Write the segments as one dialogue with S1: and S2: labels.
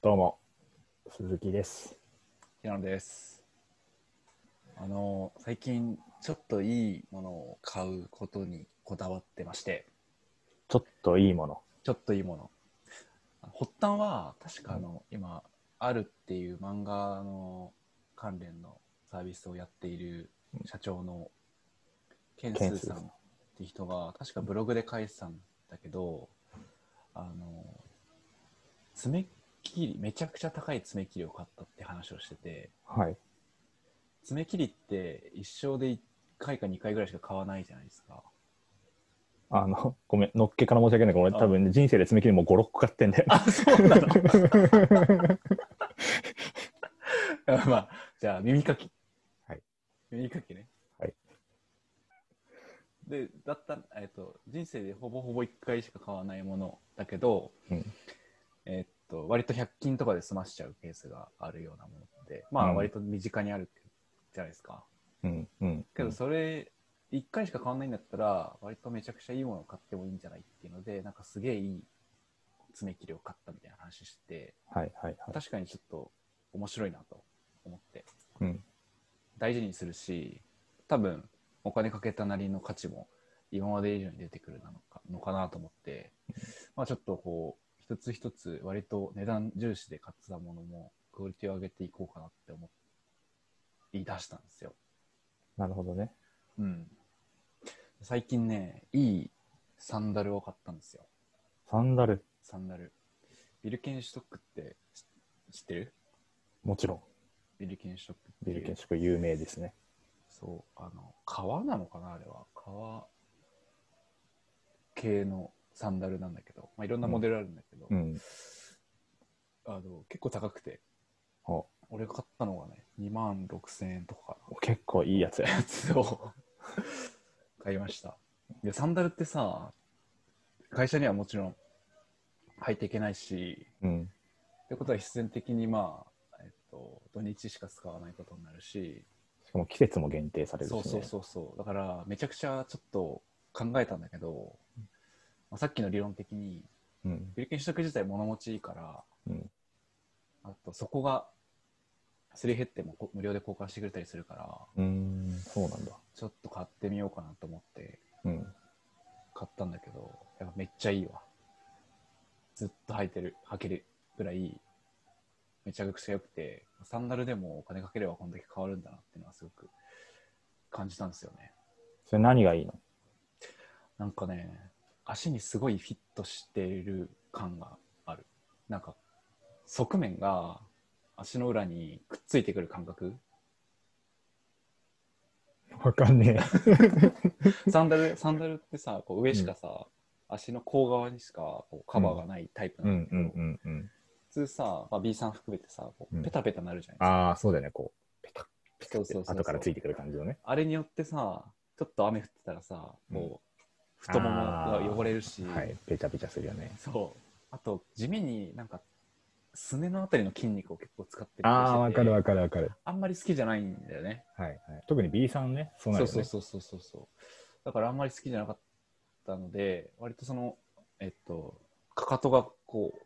S1: どうも、鈴木です。
S2: 平野です。あの最近ちょっといいものを買うことにこだわってまして、
S1: ちょっといいもの。
S2: ちょっといいもの。発端は確かあの、今あるっていう漫画の関連のサービスをやっている社長のケンスーさんっていう人が確かブログで書いてたんだけど、あの爪切りめちゃくちゃ高い爪切りを買ったって話をしてて。
S1: はい。
S2: 爪切りって一生で1回か2回ぐらいしか買わないじゃないですか。
S1: あの、ごめん、のっけから申し訳ないけど、俺
S2: あ
S1: 多分ね人生で爪切りもう5、6個買ってんだよ。
S2: あ、そうなの まあ、じゃあ耳かき。
S1: はい。
S2: 耳かきね。
S1: はい。
S2: で、だったら、えっと、人生でほぼほぼ1回しか買わないものだけど、
S1: うん
S2: えっと、割と100均とかで済ましちゃうケースがあるようなものって、ま
S1: う
S2: あ、
S1: ん
S2: 割と身近にあるじゃないですか。
S1: うん、うん。
S2: けどそれ1回しか買わないんだったら割とめちゃくちゃいいものを買ってもいいんじゃないっていうのでなんかすげえいい爪切りを買ったみたいな話して
S1: はい、はい、はい。
S2: 確かにちょっと面白いなと思って
S1: うん、
S2: 大事にするし多分お金かけたなりの価値も今まで以上に出てくるなのかのかなと思って、まあ、ちょっとこう一つ一つ割と値段重視で買ってたものもクオリティを上げていこうかなって思い出したんですよ。
S1: なるほどね。
S2: うん、最近ねいいサンダルを買ったんですよ
S1: サンダル、
S2: サンダルビルケンシュトックって知知ってる
S1: もちろん、
S2: ビルケンシュトックってい
S1: ビ
S2: う
S1: ル建築有名ですね。
S2: そうあの革なのかなあれは革系のサンダルなんだけど、まあ、いろんなモデルあるんだけど、
S1: うん。
S2: あの結構高くて
S1: お
S2: 俺が買ったのがね2万6000円とか
S1: 結構いいやつや。
S2: やつを買いましたでサンダルってさ会社にはもちろん履いていけないし
S1: うん、
S2: ってことは必然的にまあ、えっと、土日しか使わないことになるし
S1: しかも季節も限定されるし、
S2: そ
S1: ね。
S2: うそうそうそうだからめちゃくちゃちょっと考えたんだけど、まあ、さっきの理論的に
S1: う。うん、
S2: ビリケン取得自体物持ちいいから
S1: うん、
S2: あとそこがすり減ってもこ無料で交換してくれたりするから
S1: うん、そうなんだ。
S2: ちょっと買ってみようかなと思って
S1: うん。
S2: 買ったんだけど、やっぱめっちゃいいわ。ずっと履いてる、履けるぐらい、めちゃくちゃ良くて、サンダルでもお金かければこんだけ変わるんだなっていうのはすごく感じたんですよね。
S1: それ何がいいの
S2: なんかね、足にすごいフィットしている感がある。なんか、側面が足の裏にくっついてくる感覚。
S1: わかんね
S2: サン ダル、サンダルってさ、こう上しかさ、足の甲側にしかこうカバーがないタイプ
S1: う
S2: なんんだ、け
S1: う
S2: ど、
S1: ん、うん、うん。
S2: 普通さ、まあ、B さん含めてさこ
S1: うん
S2: うペタペタなるじゃない
S1: ああ、そうだよね、こう、ペタッ
S2: ですか、そうそうそうそう
S1: 後からついてくる感じのね。
S2: あれによってさちょっと雨降ってたらさこう太ももが汚れるし、
S1: はい、ペチャペチャするよね。
S2: そうあと地味になんかすねのあたりの筋肉を結構使ってる気がしてて
S1: ああ、わかるわかるわかる。
S2: あんまり好きじゃないんだよね
S1: はい、はい。特に B さんね、そうなるよ
S2: そう
S1: ね。
S2: そうそうそうそうだからあんまり好きじゃなかったので割とそのえっとかかとがこう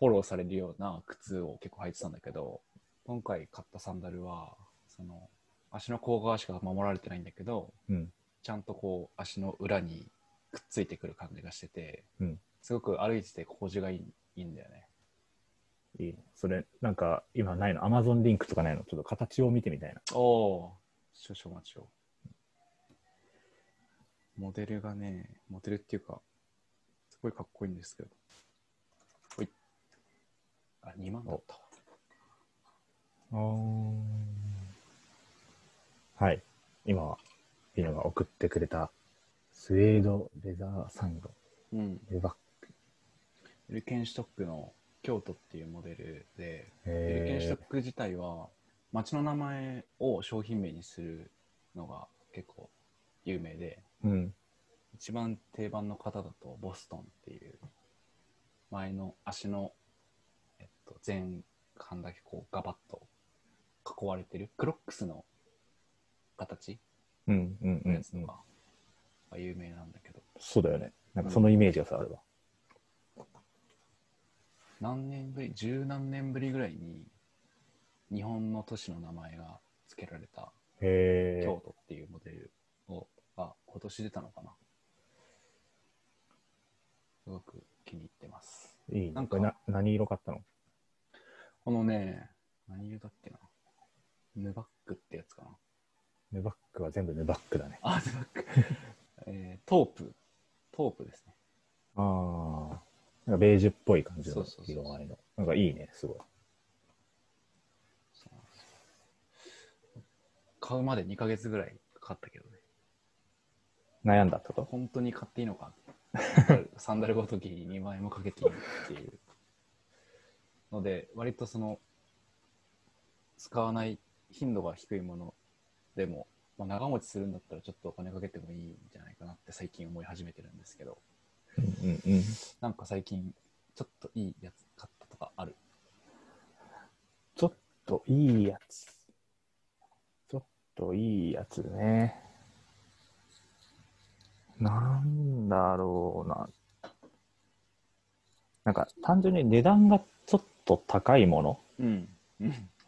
S2: フォローされるような靴を結構履いてたんだけど今回買ったサンダルはその足の甲側しか守られてないんだけど
S1: うん。
S2: ちゃんとこう足の裏にくっついてくる感じがしてて、
S1: うん
S2: すごく歩いてて心地がいいいいんだよね
S1: いいねそれ、なんか、今ないの、アマゾンリンクとかないの、ちょっと形を見てみたいな。
S2: おお少々お待ちをモデルがねモデルっていうかすごいかっこいいんですけどほいあ2万だったわ
S1: はい。今は、ピノが送ってくれた、スウェードレザーサンド、
S2: うん
S1: レバック。
S2: エルケンシュトックの京都っていうモデルでエルケンシュ
S1: へ
S2: トック自体は町の名前を商品名にするのが結構有名で
S1: ーうん。
S2: 一番定番の方だとボストンっていう前の足の、えっと、前半だけこうガバッと囲われてるクロックスの形
S1: うん、うん、う
S2: の
S1: ん
S2: やつとかが有名なんだけど、
S1: そうだよね。なんか、そのイメージがさ、あれば。
S2: 何年ぶり、十何年ぶりぐらいに、日本の都市の名前が付けられた
S1: へえ
S2: 京。都っていうモデルを、あ、今年出たのかな。すごく気に入ってます。
S1: いいね。
S2: な
S1: なんん
S2: か
S1: かな何色買ったの
S2: このね、何色だっけな。ヌバックってやつかな。
S1: ヌバックは全部ヌバックだね。
S2: あ、ヌバック。 えートープ。トープですね。
S1: ああ。なんかベージュっぽい感じ
S2: そう
S1: の
S2: そうそう
S1: 色合いの。なんかいいね、すごい。
S2: そうなんですよ買うまで2ヶ月ぐらいかかったけどね。
S1: 悩んだってこと
S2: 本当に買っていいの かサンダルサンダルごときに2万円もかけていいのっていうので割とその使わない頻度が低いものでも、まあ、長持ちするんだったらちょっとお金かけてもいいんじゃないかなって最近思い始めてるんですけど
S1: うんうん。
S2: なんか最近ちょっといいやつ買ったとかある
S1: ちょっといいやつ。ちょっといいやつね。なんだろうな。なんか単純に値段がちょっと高いもの
S2: うん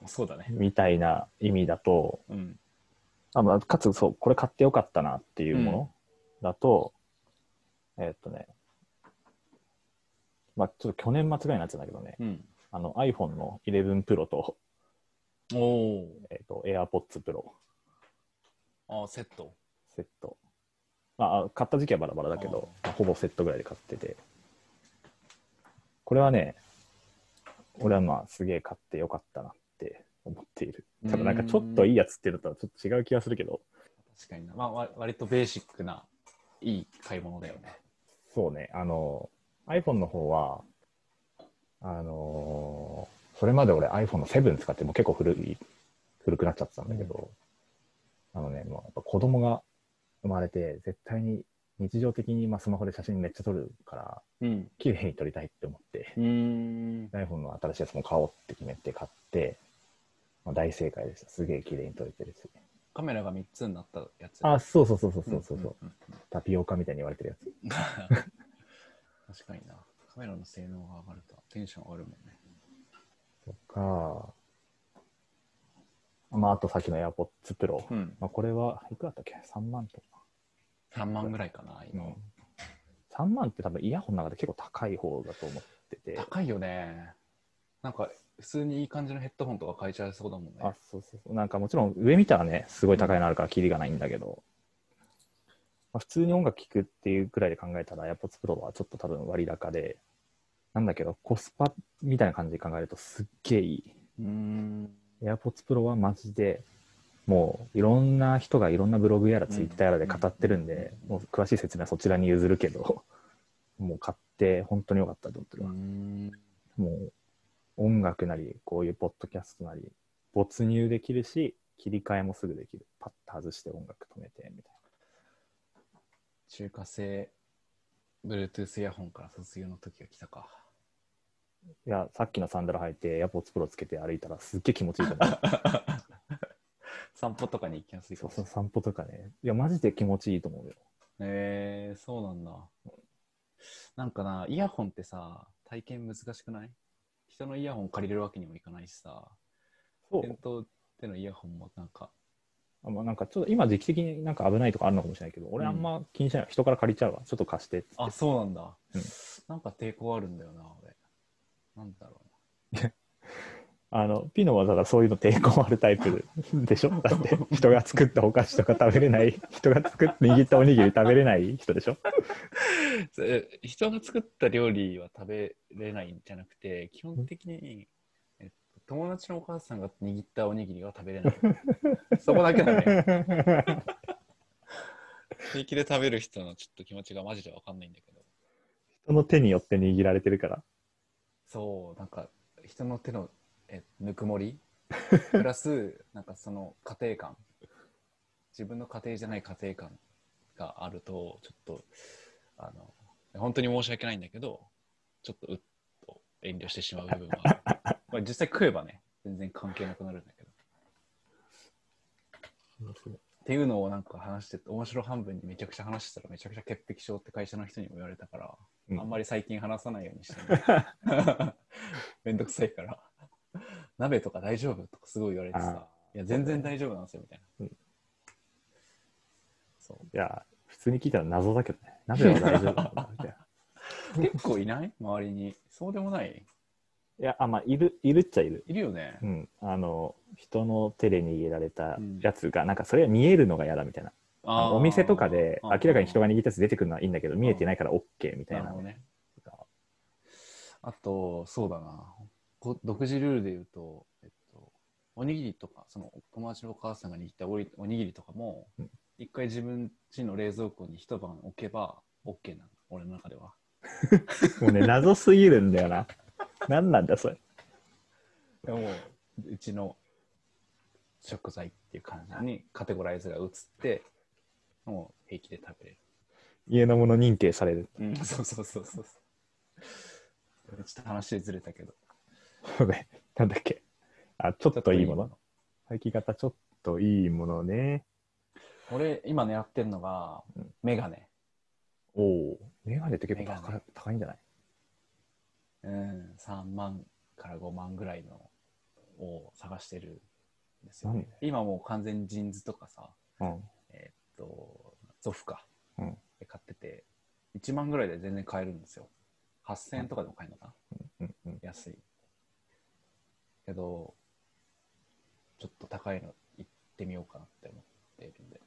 S2: そうだね
S1: みたいな意味だと、
S2: うん
S1: あまあかつそう、これ買ってよかったなっていうものだと、えーっとね、まあちょっと去年末ぐらいになっちゃうんだけどね、
S2: うん
S1: あの iPhone の11 Pro と、
S2: おお
S1: えーっと AirPods Pro。
S2: あーセット
S1: セット。まああ、買った時期はバラバラだけど、まあほぼセットぐらいで買ってて。これはね、俺はまあ、すげえ買ってよかったなって思っている。ただなんかちょっといいやつっていうのとはちょっと違う気がするけど、
S2: 確かにな、まあ、わ割とベーシックないい買い物だよね
S1: そうね、あの、iPhone の方は、あのーそれまで俺 iPhone の7使ってもう結構古い、古くなっちゃってたんだけど、あのね、まあ、やっぱ子供が生まれて、絶対に日常的にまあスマホで写真めっちゃ撮るから、
S2: うん
S1: 綺麗に撮りたいって思って、
S2: うーん。
S1: iPhone の新しいやつも買おうって決めて買って、まあ、大正解でした。すげえ綺麗に撮れてるし。
S2: カメラが3つになったやつ。
S1: あ、そうそうそうそうそうそう、
S2: んんうん
S1: タピオカみたいに言われてるやつ。
S2: 確かにな。カメラの性能が上がるとテンション上がるもんね。
S1: とか、まあ、あとさっきの AirPods Pro。
S2: うん。
S1: まあ、これはいくらだったっけ ?3 万とか。
S2: 3万ぐらいかな、今。
S1: 3万って多分イヤホンの中で結構高い方だと思ってて。
S2: 高いよね。なんか、普通にいい感じのヘッドホンとか買えちゃいそうだもんね。
S1: あ、そうそうそう。なんかもちろん上見たらね、すごい高いのあるからキリがないんだけど、まあ、普通に音楽聴くっていうくらいで考えたら AirPods Pro はちょっと多分割高で、なんだけどコスパみたいな感じで考えるとすっげえいい。
S2: うーん。
S1: AirPods Pro はマジで、もういろんな人がいろんなブログやら
S2: うん
S1: Twitter やらで語ってるんで、もう詳しい説明はそちらに譲るけど、 もう買って本当に良かったと思って
S2: う
S1: る
S2: ー
S1: わ。
S2: ん。
S1: もう音楽なり、こういうポッドキャストなり、没入できるし、切り替えもすぐできる。パッと外して音楽止めて、みたい
S2: 中華製 Bluetooth イヤホンから卒業の時が来たか。
S1: な。いや、さっきのサンダル履いて、AirPods Pro つけて歩いたらすっげえ気持ちいいと思う。
S2: 散歩とかに行きやすいか
S1: そう
S2: もし
S1: そ
S2: れ
S1: う、
S2: ない。
S1: 散歩とかね。いや、マジで気持ちいいと思うよ。
S2: えー、そうなんだ。なんかな、イヤホンってさ、体験難しくない人のイヤホン借りれるわけにもいかないしさ、
S1: そ
S2: 店頭でのイヤホンもなんか、
S1: あまあ、なんかちょっと今時期的になんか危ないとかあるのかもしれないけど、俺あんま気にしない。人から借りちゃうわ。ちょっと貸してっつって。
S2: あ、そうなんだ。
S1: うん
S2: なんか抵抗あるんだよな、俺。なんだろ
S1: あの、ピノはだからそういうの抵抗あるタイプ でしょだって、人が作ったお菓子とか食べれない、人が作って握ったおにぎり食べれない人 でしょ
S2: うな。え人が作った料理は食べれないんじゃなくて、基本的に、えっと、友達のお母さんが握ったおにぎりは食べれ ない。そこだけだね。 平気で食べる人のちょっと気持ちがマジでわかんないんだけど。
S1: 人の手によって握られてるから。
S2: そう、なんか人の手のえぬくもりプラス、なんかその家庭感、自分の家庭じゃない家庭感があると、ちょっと、あの、本当に申し訳ないんだけど、ちょっとうっと遠慮してしまう部分はある。まあ実際食えばね、全然関係なくなるんだけど。っっていうのをなんか話してて、面白半分にめちゃくちゃ話してたらめちゃくちゃ潔癖症って会社の人にも言われたから、
S1: うん
S2: あんまり最近話さないようにしてるめんどくさいから。 鍋とか大丈夫とかすごい言われてさ、いや、全然大丈夫なんですよみたいな。
S1: うん
S2: そう
S1: いや、普通に聞いたら謎だけどね。鍋は大丈夫なんだみたい な。
S2: 結構いない周りに。そうでもない
S1: いや、あ、まあ、いる、いるっちゃいる。
S2: いるよね
S1: う。ん。あの、人の手で握られたやつが、なんかそれは見えるのが嫌だみたいな。あ
S2: あー
S1: のお店とかで明らかに人が
S2: あ
S1: 握ったやつ出てくるのはいいんだけど、見えてないから OK み
S2: ー
S1: たい
S2: な
S1: な
S2: るほど。ね。あと、そうだな。こ独自ルールで言うと、えっと、おにぎりとか、その友達のお母さんが握ったおりおにぎりとかも
S1: うん、
S2: 一、回自分家の冷蔵庫に一晩置けば OK なの、俺の中では。
S1: もうね、謎すぎるんだよな。 なんなんだ、それ。
S2: でも、うちの食材っていう感じにカテゴライズが移って、もう平気で食べれる。
S1: 家のもの認定される。
S2: うん、そうそうそうそうそう。ちょっと話ずれたけど。
S1: そうね。なんだっけ。あ、ちょっといいもの。最近型ちょっといいものね。
S2: 俺、今ね、やってるのが
S1: うん、
S2: メガネ。
S1: おお。メガネって結構
S2: メガ
S1: 高
S2: ネ
S1: 高いんじゃない
S2: うん、3万から5万ぐらいのを探してるんですよ、
S1: 何
S2: ね。今もう完全にジーンズとかさ、
S1: うん。
S2: えーっと、ゾフか。
S1: うん
S2: で買ってて、1万ぐらいで全然買えるんですよ。8000円とかでも買えるのかな、
S1: うんうん。
S2: 安い。けど、ちょっと高いの行ってみようかなって思っているんで。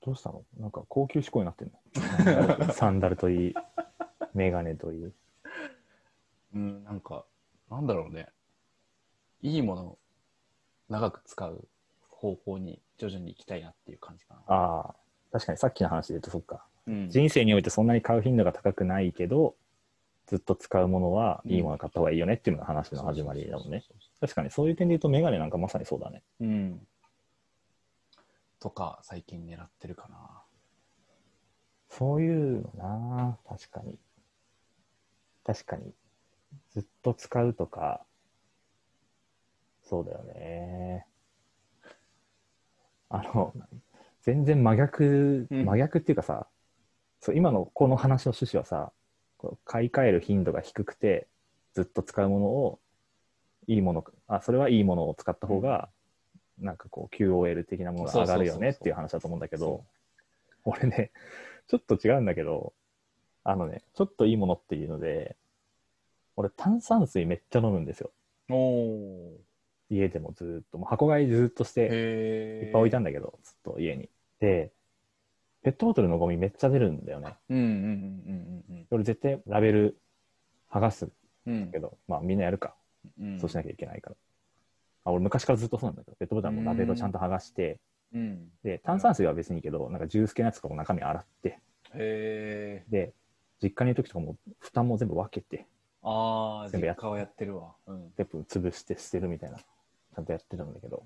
S1: どうしたのなんか高級志向になってんの サンダルといい、メガネといい。
S2: うん、なんか、なんだろうね。いいものを長く使う方向に徐々に行きたいなっていう感じかな。
S1: ああ、確かにさっきの話で言うとそっか。
S2: うん
S1: 人生においてそんなに買う頻度が高くないけど、ずっと使うものはいいもの買った方がいいよねっていうのが話の始まりだもんね。。確かにそういう点で言うとメガネなんかまさにそうだね。
S2: うん。とか、最近狙ってるかな。
S1: そういうのなあ確かに。確かに。ずっと使うとか、そうだよね。あの、全然真逆、
S2: うん
S1: 真逆っていうかさ、そう今のこの話の趣旨はさ、こう買い替える頻度が低くて、ずっと使うものを、いいもの、あ、それはいいものを使った方が、なんかこう QOL 的なものが上がるよねっていう話だと思うんだけど
S2: そ、
S1: 俺ね、ちょっと違うんだけど、あのね、ちょっといいものっていうので、俺炭酸水めっちゃ飲むんですよ。
S2: おお。
S1: 家でもずーっと、もう箱買いずーっとして、
S2: へ
S1: い
S2: え。
S1: っぱい置いた
S2: ん
S1: んだけど、ずっと家に。で、ペットボトルのゴミめっちゃ出るんだよね。
S2: うんうんうんうん
S1: 俺絶対ラベル剥がす
S2: うんうん。
S1: けど、まあみんなやるか。
S2: うん。
S1: そうしなきゃいけないから。あ俺昔からずっとそうなんだけど、ペットボトルはもうラベルをちゃんと剥がして、
S2: うん。
S1: で、炭酸水は別にいいけど、なんかジュース系のやつとかも中身洗って、
S2: へえ。
S1: で、実家にいる時とかも蓋も全部分けて、
S2: ああ、
S1: 全部や
S2: 実
S1: っ
S2: 家はやってるわ。うん。
S1: 全部潰して捨てるみたいな、ちゃんとやってたんだけど、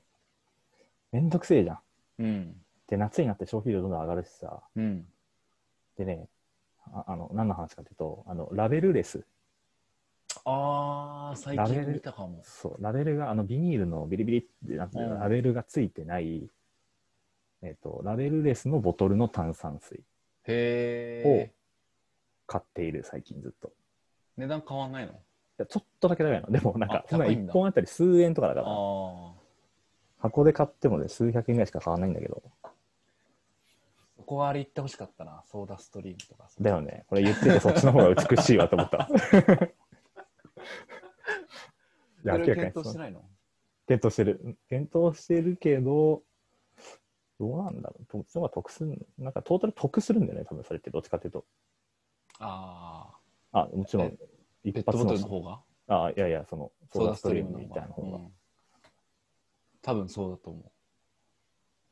S1: めんどくせえじゃん。
S2: うん。
S1: で、夏になって消費量どんどん上がるしさ、
S2: うん。
S1: でね、ああの、何の話かというと、あの、ラベルレス。
S2: ああ、最
S1: ラベル
S2: 近見たかも。
S1: そう、ラベルが、あの、ビニールのビリビリってなってる
S2: うん
S1: ラベルがついてない、えっ、と、ラベルレスのボトルの炭酸水
S2: へ
S1: を
S2: え。
S1: 買っている、最近ずっと。い
S2: 値段変わんないの
S1: やちょっとだけ高いの。でも、なんか
S2: あ、
S1: そんな
S2: 高いん
S1: 1
S2: だ
S1: 本あたり数円とかだから、
S2: ああ。
S1: 箱で買ってもね、数百円ぐらいしか買わないんだけど、
S2: そこはあれ行ってほしかったな。ソーダストリームとか。
S1: だよね。これ言っててそっちの方が美しいわと思った。い
S2: そ
S1: や、明らか
S2: れは
S1: に
S2: 検討して
S1: そう
S2: ないの
S1: 検討してる。検討してるけど、どうなんだろう。どっちの方が得するなんかトータル得するんだよね、多分それって。どっちかっていうと。
S2: あ
S1: あ、もちろん
S2: え、あ。ペ
S1: 一
S2: ット
S1: 発の
S2: ボトルの方が
S1: あ、いやいや、その、
S2: ソーダストリーム
S1: み
S2: の
S1: たい
S2: 方
S1: な方が。
S2: が。うん多分そうだと思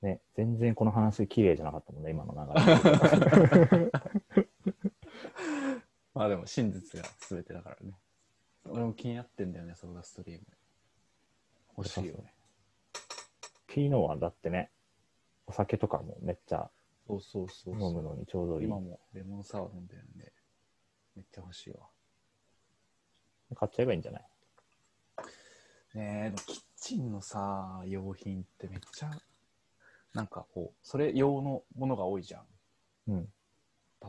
S1: ね、全然この話綺麗じゃなかったもんね、今の 流れ。
S2: う。まあでも真実が全てだからね。俺も気になってんだよね、ソーダストリーム。欲しいよね。
S1: ピーノはだってね、お酒とかもめっちゃ
S2: そうそうそう
S1: 飲
S2: そ
S1: む
S2: う。
S1: のにちょうどいい
S2: 今。もレモンサワー飲んでるんで、めっちゃ欲しいわ。
S1: 買っちゃえばいいんじゃない
S2: ねえ、でもキッチンのさ、用品ってめっちゃなんかこう、それ用のものが多いじゃん。
S1: うん。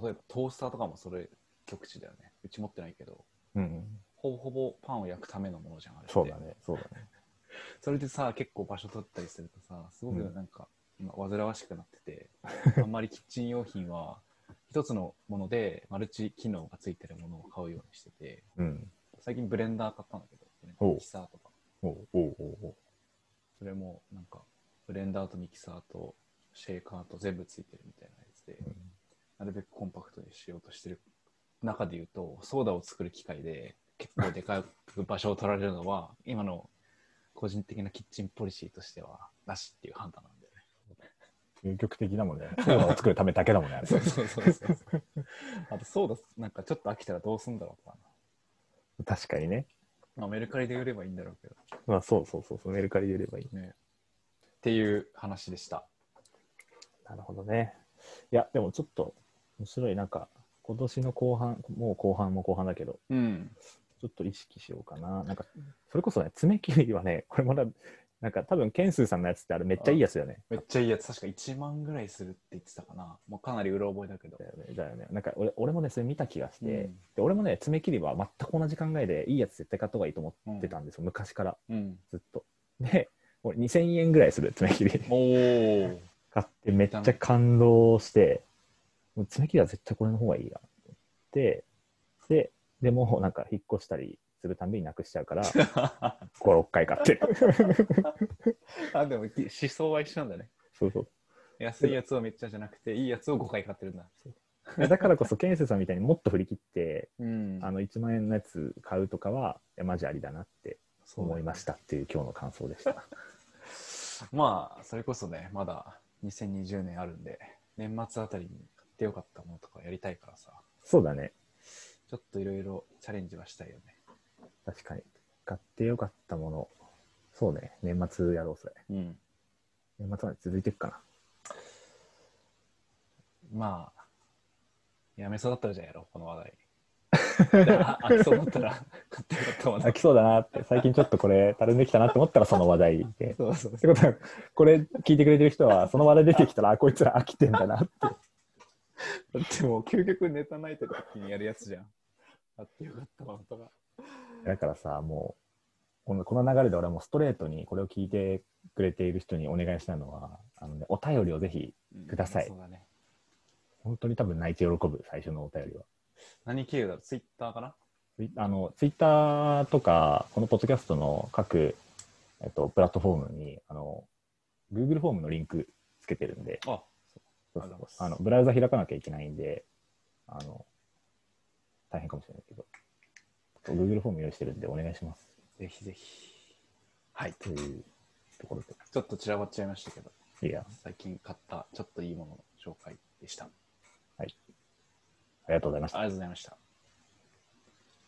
S2: 例えばトースターとかもそれ極致だよね。うち持ってないけど、
S1: うん。
S2: ほぼほぼパンを焼くためのものじゃん、あれって
S1: そうだね。そうだね。
S2: それでさ、結構場所取ったりするとさ、すごく
S1: うん
S2: なんか、今、煩わしくなって て、あんまりキッチン用品は、一つのもので、マルチ機能がついてるものを買うようにしてて、
S1: うん。
S2: 最近ブレンダー買ったんだけど、ブレンダー
S1: おう
S2: ミキサーとか。
S1: おうおうおうおう
S2: それも、なんか、ブレンダーとミキサーとシェーカーと全部ついてるみたいなやつで、
S1: うん
S2: なるべくコンパクトにしようとしてる中で言うと、ソーダを作る機械で結構でかく場所を取られるのは、今の個人的なキッチンポリシーとしては、なしっていう判断なんだよね。
S1: 究極的だもんね。 そういうのを作るためだけだもんね。 あれ
S2: そうそうそうそう。あと、ソーダ、なんかちょっと飽きたらどうすんだろうか
S1: 確かにね。
S2: な。まあ、メルカリで売ればいいんだろうけど。
S1: まあそうそうそうそう、メルカリで売ればいい。
S2: ね。っていう話でした。
S1: なるほどね。いや、でもちょっと面白い、なんか、今年の後半、もう後半も後半だけど、
S2: うん。
S1: ちょっと意識しようかな。なんか、それこそね、爪切りはね、これまだ、なんか多分、ケンスーさんのやつってあれめっちゃいいやつだよね。
S2: めっちゃいいやつ。確か1万ぐらいするって言ってたかな。もうかなりうろ覚えだけど
S1: だ。よね。だよね。なんか俺、俺もね、それ見た気がして、
S2: うん
S1: で俺もね、爪切りは全く同じ考えで、いいやつ絶対買った方がいいと思ってたんですよ。昔から、
S2: うん。
S1: ずっと。で、俺2000円ぐらいする爪切り。
S2: おー。
S1: 買ってめっちゃ感動して、もう爪切りは絶対これの方がいいなって思って、で、でもなんか引っ越したりするたんびになくしちゃうから、5、6回買ってる。
S2: あ、でもき思想は一緒なんだね。
S1: そうそう。
S2: 安いやつをめっちゃじゃなくて、いいやつを5回買ってるんだ。
S1: だからこそ、ケンセイさんみたいにもっと振り切って、
S2: うん
S1: あの1万円のやつ買うとかは、いやマジありだなって思いましたっていう今日の感想でした。
S2: まあ、それこそね、まだ2020年あるんで、年末あたりに買ってよかったものとかやりたいからさ、
S1: そうだね。
S2: ちょっといろいろチャレンジはしたいよね。
S1: 確かに。買ってよかったもの。そうね。年末やろう、それ。
S2: うん。
S1: 年末まで続いていくかな。
S2: まあ、やめそうだったらじゃあやろう、この話 題。であ飽きそうだったら買ってよかったもの。
S1: 飽きそうだなって、最近ちょっとこれ、たるんできたなって思ったらその話題で。
S2: そうそう
S1: ってことは、これ聞いてくれてる人は、その話題出てきたら、あ、こいつら飽きてんだなって。
S2: だってもう究極ネタないと時にやるやつじゃん。買ってよかったものとか。
S1: だからさ、もう、このこの流れで俺はもうストレートにこれを聞いてくれている人にお願いしたいのは、あのね、お便りをぜひ、
S2: うん
S1: ください
S2: そうだね。
S1: 本当に多分泣いて喜ぶ、最初のお便りは。
S2: 何経由だろうツイッターかな
S1: ツイあのツイッターとか、このポッドキャストの各、えっと、プラットフォームに、あの、Google フォームのリンクつけてるんで、
S2: あ、
S1: そう
S2: あり
S1: そ
S2: が
S1: う
S2: とうございます
S1: あのブラウザ開かなきゃいけないんで、あの、大変かもしれないけど、ちょっと Google フォーム用意してるんでお願いします。
S2: ぜひぜひ。はい。
S1: というところ
S2: ちょっと散らばっちゃいましたけど、
S1: で。いや、
S2: 最近買ったちょっといいものの紹介でした。あり
S1: ありがとうございました。
S2: がとうございました。